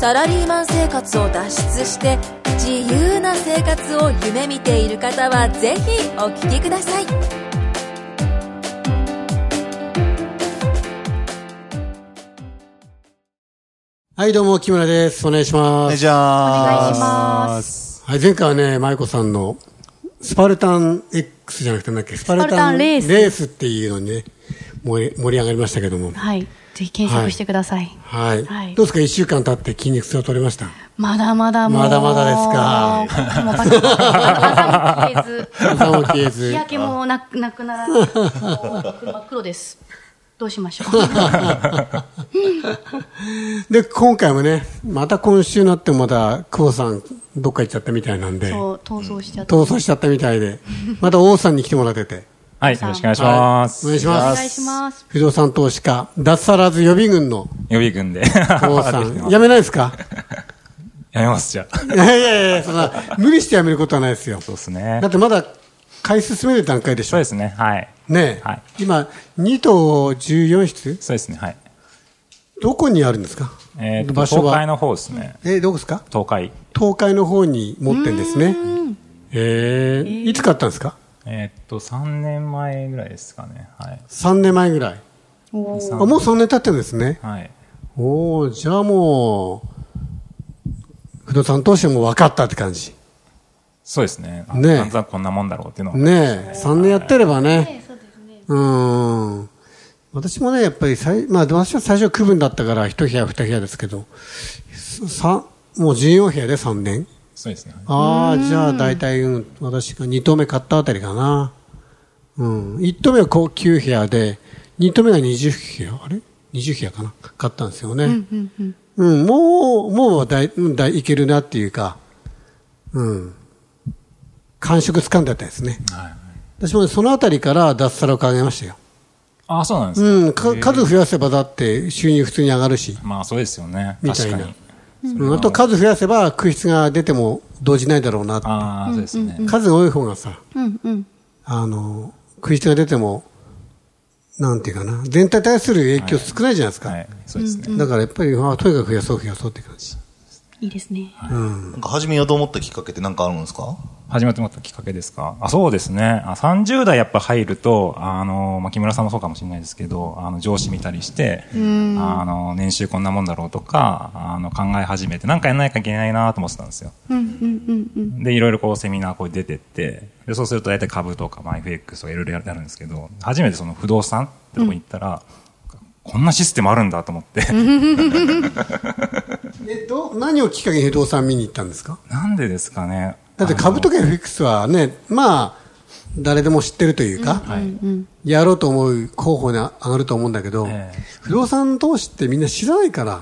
サラリーマン生活を脱出して自由な生活を夢見ている方はぜひお聞きくださいはい、どうも、木村です。お願いしおま願いす。します。お願いします。はい、前回はね、舞子さんの、スパルタン X じゃなくてなんだっけ、スパルタンレースっていうのにね、盛り盛り上がりましたけども。はい。ぜひ検索してください。はい。はいどうですか、一週間経って筋肉痛を取れました。まだまだもう。まだまだですか。もうバキバキ。朝も消え 朝も消ずえ日ず。焼けもなくなくならない。もう真っ黒です。どうしましょう。で、今回もね、また今週になってもまた、久保さん、どっか行っちゃったみたいなんで、そう、逃走しちゃった。逃走しちゃったみたいで、また王さんに来てもらってて。はい、よろしくお願いします。お願いしおま願いす。します。不動産投資家、脱サラーズ予備軍の予備軍で。久保さん、辞めないですか やめます、じゃあ。いやいやいや、そんな、無理して辞めることはないですよ。そうですねだっ。てまだ、買い進める段階でしそょうで。すね、はい。ねえ、はい今、2棟14室そうですね、はい。どこにあるんですかえー、と場所東海は。の方ですね。え、どこですか東海。東海の方に持ってんですね。えーいつ買ったんですかえっ、と、3年前ぐらいですかね。はい。 3年前ぐらい。おーあもう3年経ってるんですね。はい。おおじゃあもう、不動産投資も分かったって感じ。そうですね。あねえなんとなくこんなもんだろうっていうのは。ねえ、3年やってればね。うーん。私もね、やっぱり最、まあ、私は最初区分だったから、1部屋、2部屋ですけど、さもう14部屋で3年。そうですね。はいああ、じゃあ大体、うん、私が2棟目買ったあたりかな。うん。1棟目はこう9部屋で、2棟目が20部屋、あれ ?20 部屋かな買ったんですよね。うんもう、もうだい、うんだい、いけるなっていうか、うん。感触つかんだったですね。はい。私もねそのあたりから脱サラを考えましたよ。ああ、そうなんですか。うん。か数増やせばだって収入普通に上がるし、まあ、そうですよね。みた確いかなに。うん。あと数増やせば空室が出ても動じないだろうなって。ああ、そうですね。数が多い方がさ、うんうん。あの、食い手が出ても、なんていうかな、全体に対する影響少ないじゃないですか。はい。そうですね。だからやっぱり、まあとにかく増やそう増やそうって感じ。いいですね。なんか始めようと思ったきっかけって何かあるんですか始まってもらったきっかけですかあそうですねあ30代やっぱ入るとあの、まあ、木村さんもそうかもしれないですけどあの上司見たりしてあの年収こんなもんだろうとかあの考え始めてなんかやらないかいけないなと思ってたんですようんうんうんうん。でいろいろこうセミナーこう出てってでそうすると大体株とか、まあ、FX とかいろいろやるんですけど初めてその不動産ってとこに行ったら、こんなシステムあるんだと思って、え、どう、何をきっかけに不動産見に行ったんですか なんでですかねだって株とか FX はね、まあ、誰でも知ってるというか、やろうと思う候補に上がると思うんだけど、ええ不動産投資ってみんな知らないから、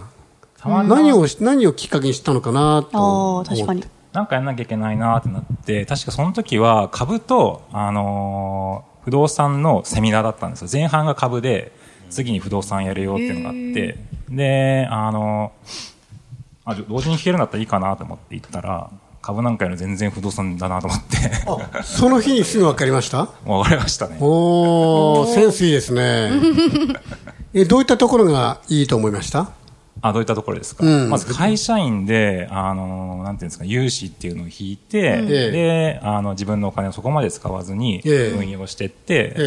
たまに何をし、何をきっかけにしたのかなとあ思あ、って。確かに。なんかやんなきゃいけないなってなって、確かその時は株と、あのー不動産のセミナーだったんですよ。前半が株で、次に不動産やるよっていうのがあって、で、あのーあ、同時に弾けるんだったらいいかなと思って行ったら、株なんかより全然不動産だなと思って、 あその日にすぐ分かりました分かりましたね。おー、センスいいですね。 え、どういったところがいいと思いましたあ、どういったところですか、うんまず会社員で、あの、なんていうんですか、融資っていうのを引いて、ええで、あの、自分のお金をそこまで使わずにええ運用してって、え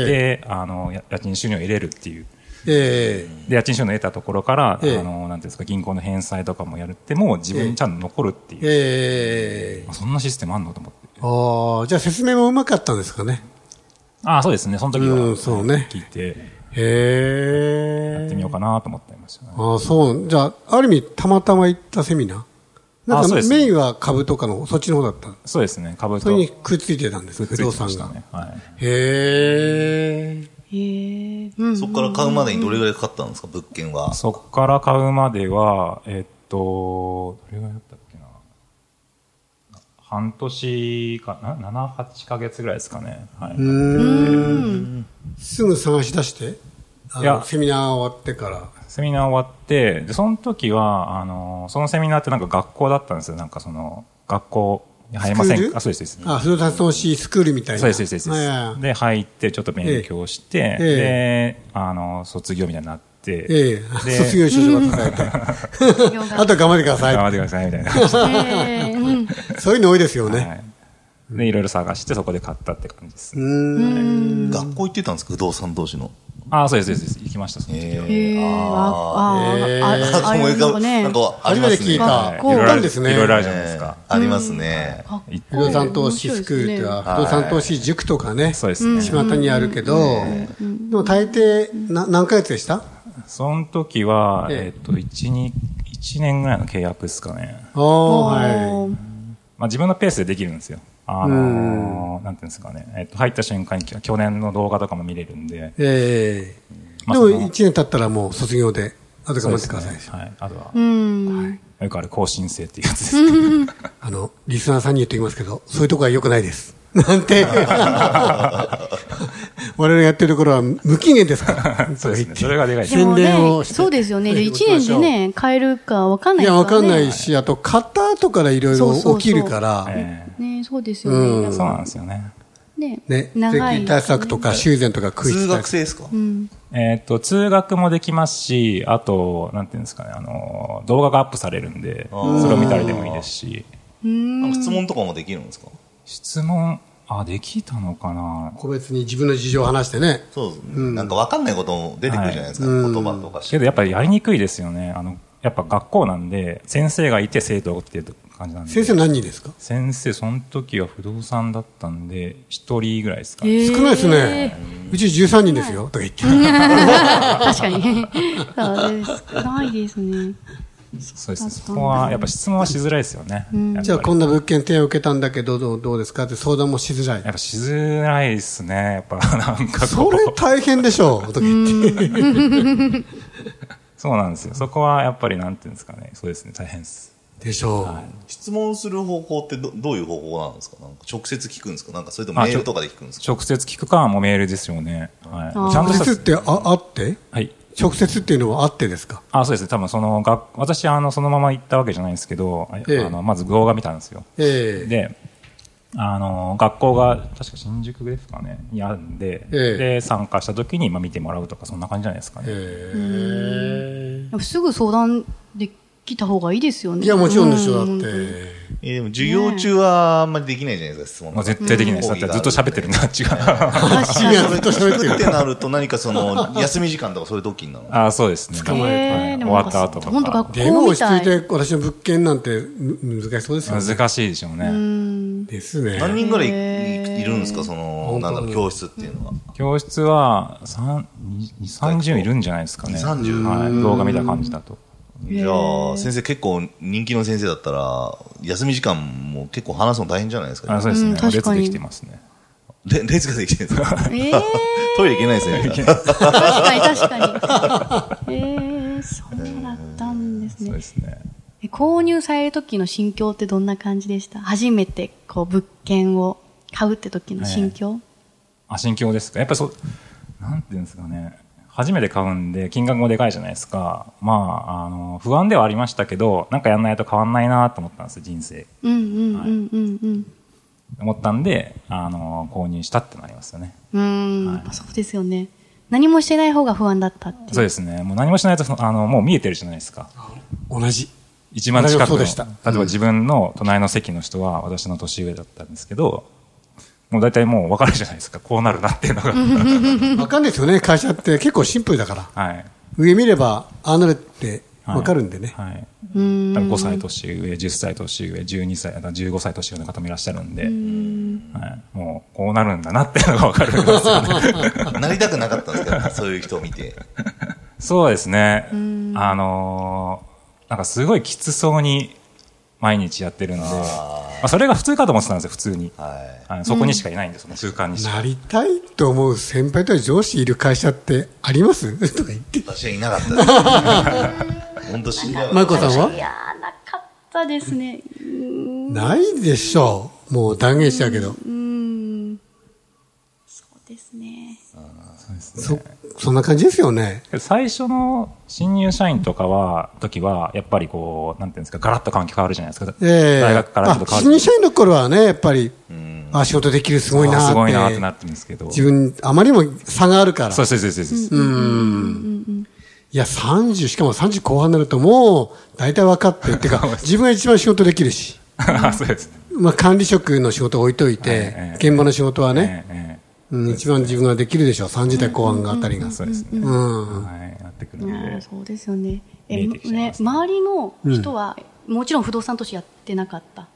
で、あの、や家賃収入を得れるっていう。えで、家賃収入を得たところから、ええあの、なんていうんですか、銀行の返済とかもやるって、もう自分にちゃんと残るっていえう。ええあそんなシステムあんのと思あって。あ、じゃあ説明もうまかったんですかね。あそうですね。その時うんは、そうね聞いて、へえ。やってみようかなと思ってましたね、ああ、そう。じゃあ、ある意味、たまたま行ったセミナーなあんそうか、ですメインは株とかの、そっちの方だった。そうですね。株とそれにくっついてたんですね、く不っつい動てま産したが。ね。はい。へえ。。へえ。うんうん。そこから買うまでにどれぐらいかかったんですか物件は。そこから買うまでは、えっと、どれぐらいだったっけな。半年かな、7、8ヶ月ぐらいですかね。はいうーんすぐ探し出して、あいやのセミナー終わってから。セミナー終わって、で、その時は、あの、そのセミナーってなんか学校だったんですよ。なんかその、学校に入りませスクーんルかあ、そうです、そうです。あ、不動産投資スクールみたいな。そうです、そうですそうはいはいです。で、入って、ちょっと勉強して、えで、あの、卒業みたいになって、ええ、で卒業証書が書いて。 あとは頑張ってくだ頑張さってください、みたいな。え ーうんい。そういうの多いですよね。はい。で、いろいろ探して、そこで買ったって感じですうね。ーん。学校行ってたんですか不動産同士の。ああ、そうです、そうです。行きました、その時は。へえああへえああああ思いいう浮かのぶが ねなんかあり初ますね。めて聞いたはい学い校ろいろ行ったんですねいろいろあるじゃないですえか。えありますね。かっこいい不動産投資スクールっていうのは、不動産投資塾とかね、そうですね。巷にあるけど、でも大抵、な何ヶ月でしたその時は、えええっと、1、2、1年ぐらいの契約ですかね。おー、はおーまあ自分のペースでできるんですよ。あのー、なんていうんですかね。えっと、入った瞬間に去去年の動画とかも見れるんでい。。ええ。まであもその1年経ったらもう卒業で、あと頑張ってください。はい。あとはう、んよくある更新生っていうやつですね。あの、リスナーさんに言っておきますけど、そういうとこは良くないです。なん て。我々がやってるところは無期限ですから。 そうですね。それがでかいですでもね宣伝をしてそうですよね。ぜでひ1年でね、変えるか分かんないいですや、からわね。かんないし、あと、型後からいろいろ起きるから、えね、そうですうんよね。えそうなんですよね。ねね、税長い金対策とか修繕とか空通室対策。学生ですかえっ、と、通学もできますし、あと、なんていうんですかね、あの、動画がアップされるんで、あーそれを見たりでもいいですし、なんか質問とかもできるんですか質問、あ、できたのかな個別に自分の事情を話してね。そうですね。なんかわかんないことも出てくるじゃないですか。言葉とかしけどやっぱりやりにくいですよね。あの、やっぱ学校なんで、先生がいて生徒がっていう感じなんで。先生何人ですか先生、その時は不動産だったんで、一人ぐらいですかえね。ー少ないですね。うち13人ですよ、とか言って。確かに。そうです。ないですね。そうですね。そこは、やっぱ質問はしづらいですよね。やっぱりじゃあ、こんな物件提案を受けたんだけど、どうどうですかって相談もしづらやっい。ぱしづらいですね。やっぱ、 なんかこそうれ大変でしょう、とか言って。そうなんですよ。そこはやっぱりなんていうんですかね。そうですね。大変です。でしょう。質問する方法ってどどういう方法なんですかなんか直接聞くんですかなんかそれともあメールとかで聞くんですか直接聞くかもメールですよね。はい。あーちゃんと直接っした、てああってはい。直接っていうのはあってですかあ、そうですね。多分その学、私、あの、そのまま行ったわけじゃないんですけど、あええあの、まず動画見たんですよ。ええ。で、あの、学校が、確か新宿ですかね、にあるんで、ええで、参加した時に、まあ見てもらうとか、そんな感じじゃないですかね。えすぐ相談できた方がいいですよえ。ね。いや、もちろんでしょうう、んだって。えーでも授業中はあんまりできないじゃないですか、質問とまかあ絶対できないです。だってずっと喋ってるんだ、違う。確かに。いやずっと喋ってっるてなると何かその、休み時間とかそういう時になるの あそうですね。捕まえはいえーで終もわなんっかた後とか。ほんと学校でもみ落ちた着いいて、私の物件なんてむ難しそうですよね。難しいでしょうね。ですね。何人ぐらいいいるんですか、その、本当なだんだろう、教室っていうのは。教室は、三、二、三十いるんじゃないですかね。 30はい。動画見た感じだと。じゃあ、先生結構人気の先生だったら、休み時間も結構話すの大変じゃないですか、あそうですうねん。確列かにできてますね。れ列ができてるんですかえートイレ行けないですね。確かに確かに。えー、そうだったんですそうねで。すね。え購入される時の心境ってどんな感じでした初めてこう物件を買うって時の心境、あ、心境ですか。やっぱそう、なんていうんですかね。初めて買うんで、金額もでかいじゃないですか。まあ、あの、不安ではありましたけど、なんかやんないと変わんないなと思ったんですよ、人生。うんうんうんうんうん。思ったんで、あの、購入したってなりますよね。うーん、やっぱそうですよね。何もしてない方が不安だったっていう。そうですね。もう何もしないと、そのあの、もう見えてるじゃないですか。同じ。一番近くそうの、で例したえば自分の隣の席の人は私の年上だったんですけど、もう大体もう分かるじゃないですか。こうなるなっていうの が。わかんないですよね、会社って結構シンプルだから。はい。上見れば、ああなるってはいわかるんでね。はい。多分5歳年上、10歳年上、12歳、あと15歳年上の方もいらっしゃるんで、はい、もうこうなるんだなっていうのがわかるんですよ ね。なりたくなかったんですかそういう人を見て。そうですね。あのーなんかすごいきつそうに毎日やってるんで、まあ、それが普通かと思ってたんですよ、普通に。はい。はいそこにしかいないんで、その空間にしか。なりたいと思う先輩とか上司いる会社ってありますとか言って。私はいなかったです。本当知り合 いマイコさんはやーなかっったですね。うーんないでしょう。もう断言したけど。うーん。そうですね。そうですねそ、そんな感じですよね。最初の新入社員とかは、時は、やっぱりこう、なんていうんですか、ガラッと環境変わるじゃないですか。ええ大学からちょっとあ、変わ新入る。社員の頃はね、やっぱり、あ、仕事できるすごいなーって。すごいなーってなってるんですけど。自分、あまりにも差があるから。そうそうそうそうそう。いや、30、しかも30後半になるともう、大体分かってる。っ ていうか、自分が一番仕事できるし。あ そうですね。まあ、管理職の仕事置いといて、ええ現場の仕事はね、ええうん、一番自分ができるでしょう。30代後半があたりが。そうですね。うん。はい、なってくるいんやで。ーそうですよね。え、見えてきちゃいねま、すね周りの人は、もちろん不動産投資やってなかった。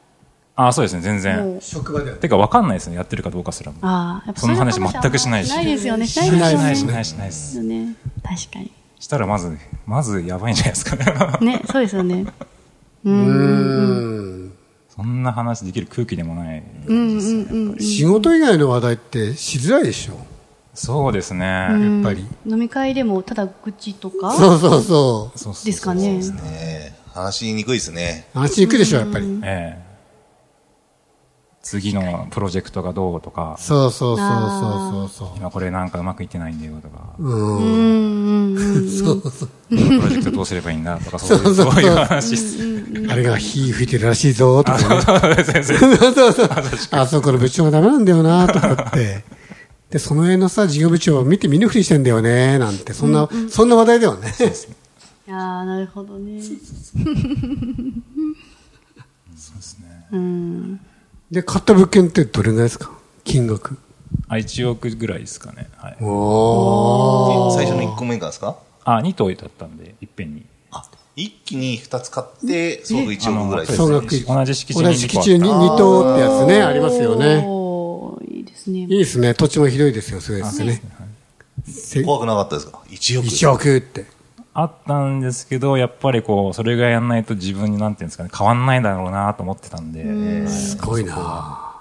あそうですね、全もう然。職場ではてか、わかんないですね、やってるかどうかすらも。ああ、やっぱその話全くしないしないですよね。しないしよなねいしないしないです。よね。確かに。したらまず、まずやばいんじゃないですか ね。ね、そうですよね。う。うんん。そんな話できる空気でもない。うんうんうん。仕事以外の話題ってしづらいでしょそうですね。う。やっぱり。飲み会でもただ愚痴とかそうそうそそうそうそうですかね。ねえ話しにくいですね。う。話行くでしょ、やっぱり。ええ。次のプロジェクトがどうとか、そうそうそうそうそうそ今これなんかうまくいってないんだよとか、う。うん。うんうんうん。そうそう。プロジェクトどうすればいいんだとか、そういそううそうそうそういう話です。あれが火吹いてるらしいぞ、とかね。 先生そうそうそう。あそこの部長がダメなんだよな、とかって。で、その辺のさ、事業部長を見て見ぬふりしてんだよね、なんて、そんな、そんな話題だよね。ああ、なるほどね。そうですね。うん。で、買った物件ってどれぐらいですか金額。あ、1億ぐらいですかね。はい。おー。最初の1個目からですかあ、2頭だったんで、いっぺんに。あ、一気に2つ買って、総額あ1の億ぐらいですそそう総うで額すね同じ敷地に同じ2個基あっ地たに2棟ってやつね、ありますよね。おーいいですね。いいですね。土地も広いですよ、そうですね。せ怖くなかったですか ?1 億。 1億って。あったんですけど、やっぱりこう、それぐらいやんないと自分になんていうんですかね、変わんないだろうなと思ってたんで、すごいな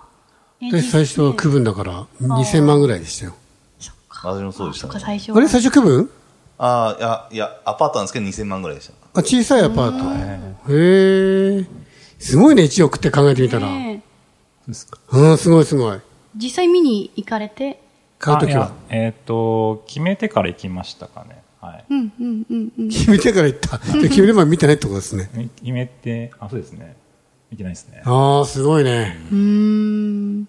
えで、最初は区分だから、2000万ぐらいでしたよ。私もそうでしそたっか、最ね。初あれ、最初区分ああ、いや、いや、アパートなんですけど2000万ぐらいでした。あ、小さいアパート。へえ。すごいね、1億って考えてみたら。ねうん、すごいすごい。実際見に行かれて、買うときあ。はいやえっ、と、決めてから行きましたかね。はい。うんうんうんうん。決めてから行った。で決める前見てないってことですね。み決めて、あ、そうですね。いけないですね。ああ、すごいね。うーん。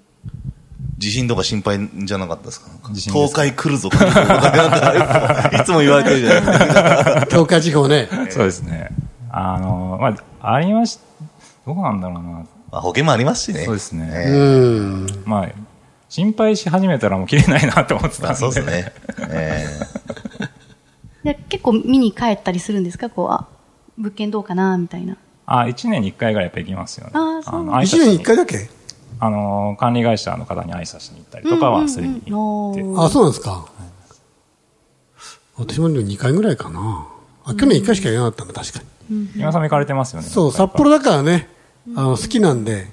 地震とか心配じゃなかったですかなんか地震です東海来るぞ、来るぞとかなんかいつも言われてるじゃないですか。東海地方ね。そうですね。あの、まあ、ありまし、どうなんだろうな。まあ、保険もありますしね。そうですねうええん。まあ、心配し始めたらもう切れないなと思ってたんまで。あそうですね。えで結構見に帰ったりするんですかこう、あ、物件どうかなみたいな。あ、1年に1回ぐらいやっぱ行きますよね。あそうなんだの挨拶一年に一回だけあの、管理会社の方に挨拶しに行ったりとかはするに行って。うんうんうんあそうなんですか。私もでも2回ぐらいかな。あ、去年1回しかやらなかったんだ、確かに。今さんも行かれてますよね。そう、札幌だからね、あの、好きなんで、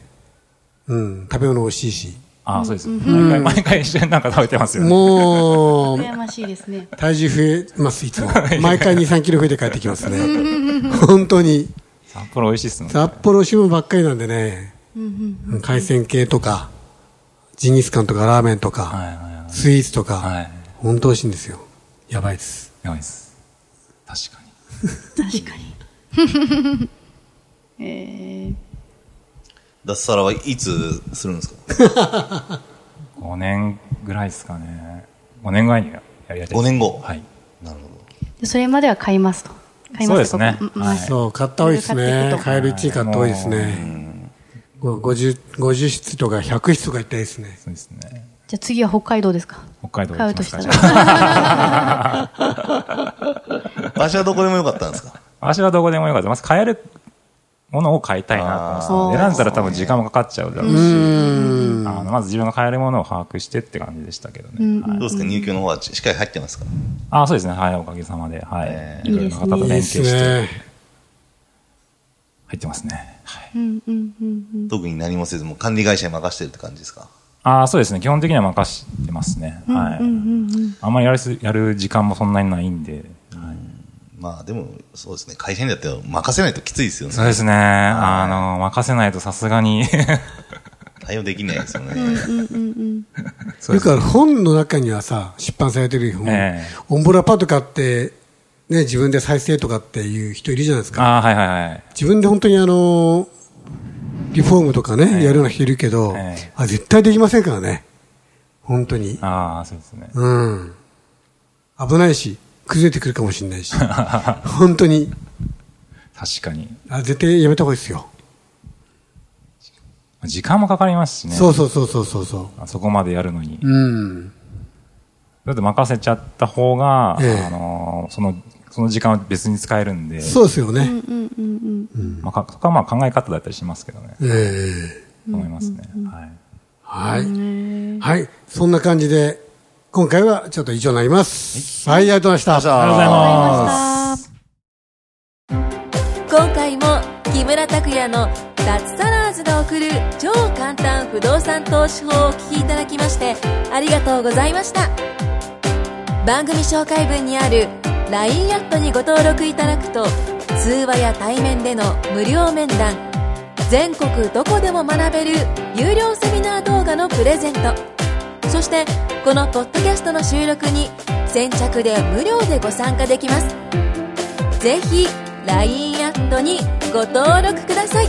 うん、食べ物美味しいし。あ、そうです。毎回、毎回一緒になんか食べてますよね。もう、羨ましいですね。体重増えます、いつも。毎回2、3キロ増えて帰ってきますね。本当に。札幌美味しいっすもんね。札幌新聞ばっかりなんでね、海鮮系とか、ジンギスカンとかラーメンとか、はいはいはい。スイーツとか、はい。本当美味しいんですよ。やばいです。やばいです。確かに。確かに。えー、脱サラはいつするんですか5年ぐらいですかね。5年ぐらいにやりたい。五年後はい。なるほど。でそれまでは買いますと。買いますそとうですねここうんうんはいそう、買った多いです買っていねく。と買える1位買った多いですね。ご 50, 50室とか100室とか行ったらいいですね。そうですね。じゃあ次は北海道ですか北海道買行うきまとすしたか。じらゃ。あ私はどこでもよかったんですか私はどこでもよかった。まず買えるものを買いたいなと思ってたんであー選んだら多分時間もかかっちゃうだろうし、あのまず自分が買えるものを把握してって感じでしたけどね。はいどうですか入居の方はしっかり入ってますかあーそうですね。はい、おかげさまで。はい。えいろいろな方といいで連携すしてね。入ってますね。はいうんうんうんうん。特に何もせず、もう管理会社に任してるって感じですかああ、そうですね。基本的には任してますね。はい。あんまりやるすやる時間もそんなにないんで。はいまあでも、そうですね。会社にだって任せないときついですよそうね。ですね。あの、任せないとさすがに。対応できないですよね。そようですくある本の中にはさ、出版されてる本、ええオンボラパとかって、ね、自分で再生とかっていう人いるじゃないですか。 ああ、はいはいはい。自分で本当にあの、リフォームとかね、ええやるような人いるけど、ええあ、絶対できませんからね。本当に。ああ、そうですね。うん。危ないし、崩れてくるかもしれ ないし。本当に。確かに。あ、絶対やめた方がいいですよ。時間もかかりますしね。そうそうそうそうそうそあそこまでやるのにう。。うん。だって任せちゃった方が、ええあのーその、その時間は別に使えるんで、そうですよね。まあ、かそこはまあ考え方だったりしますけどね。ええ思いますね。ははい。い。はい。そんな感じで、今回はちょっと以上になります。はい、ありがとうございました。ありがとうございます。今回も木村拓哉の脱サラーズが送る超簡単不動産投資法をお聞きいただきましてありがとうございました番組紹介文にある LINE アットにご登録いただくと通話や対面での無料面談全国どこでも学べる有料セミナー動画のプレゼントそしてこのポッドキャストの収録に先着で無料でご参加できますぜひ LINE アットにご登録ください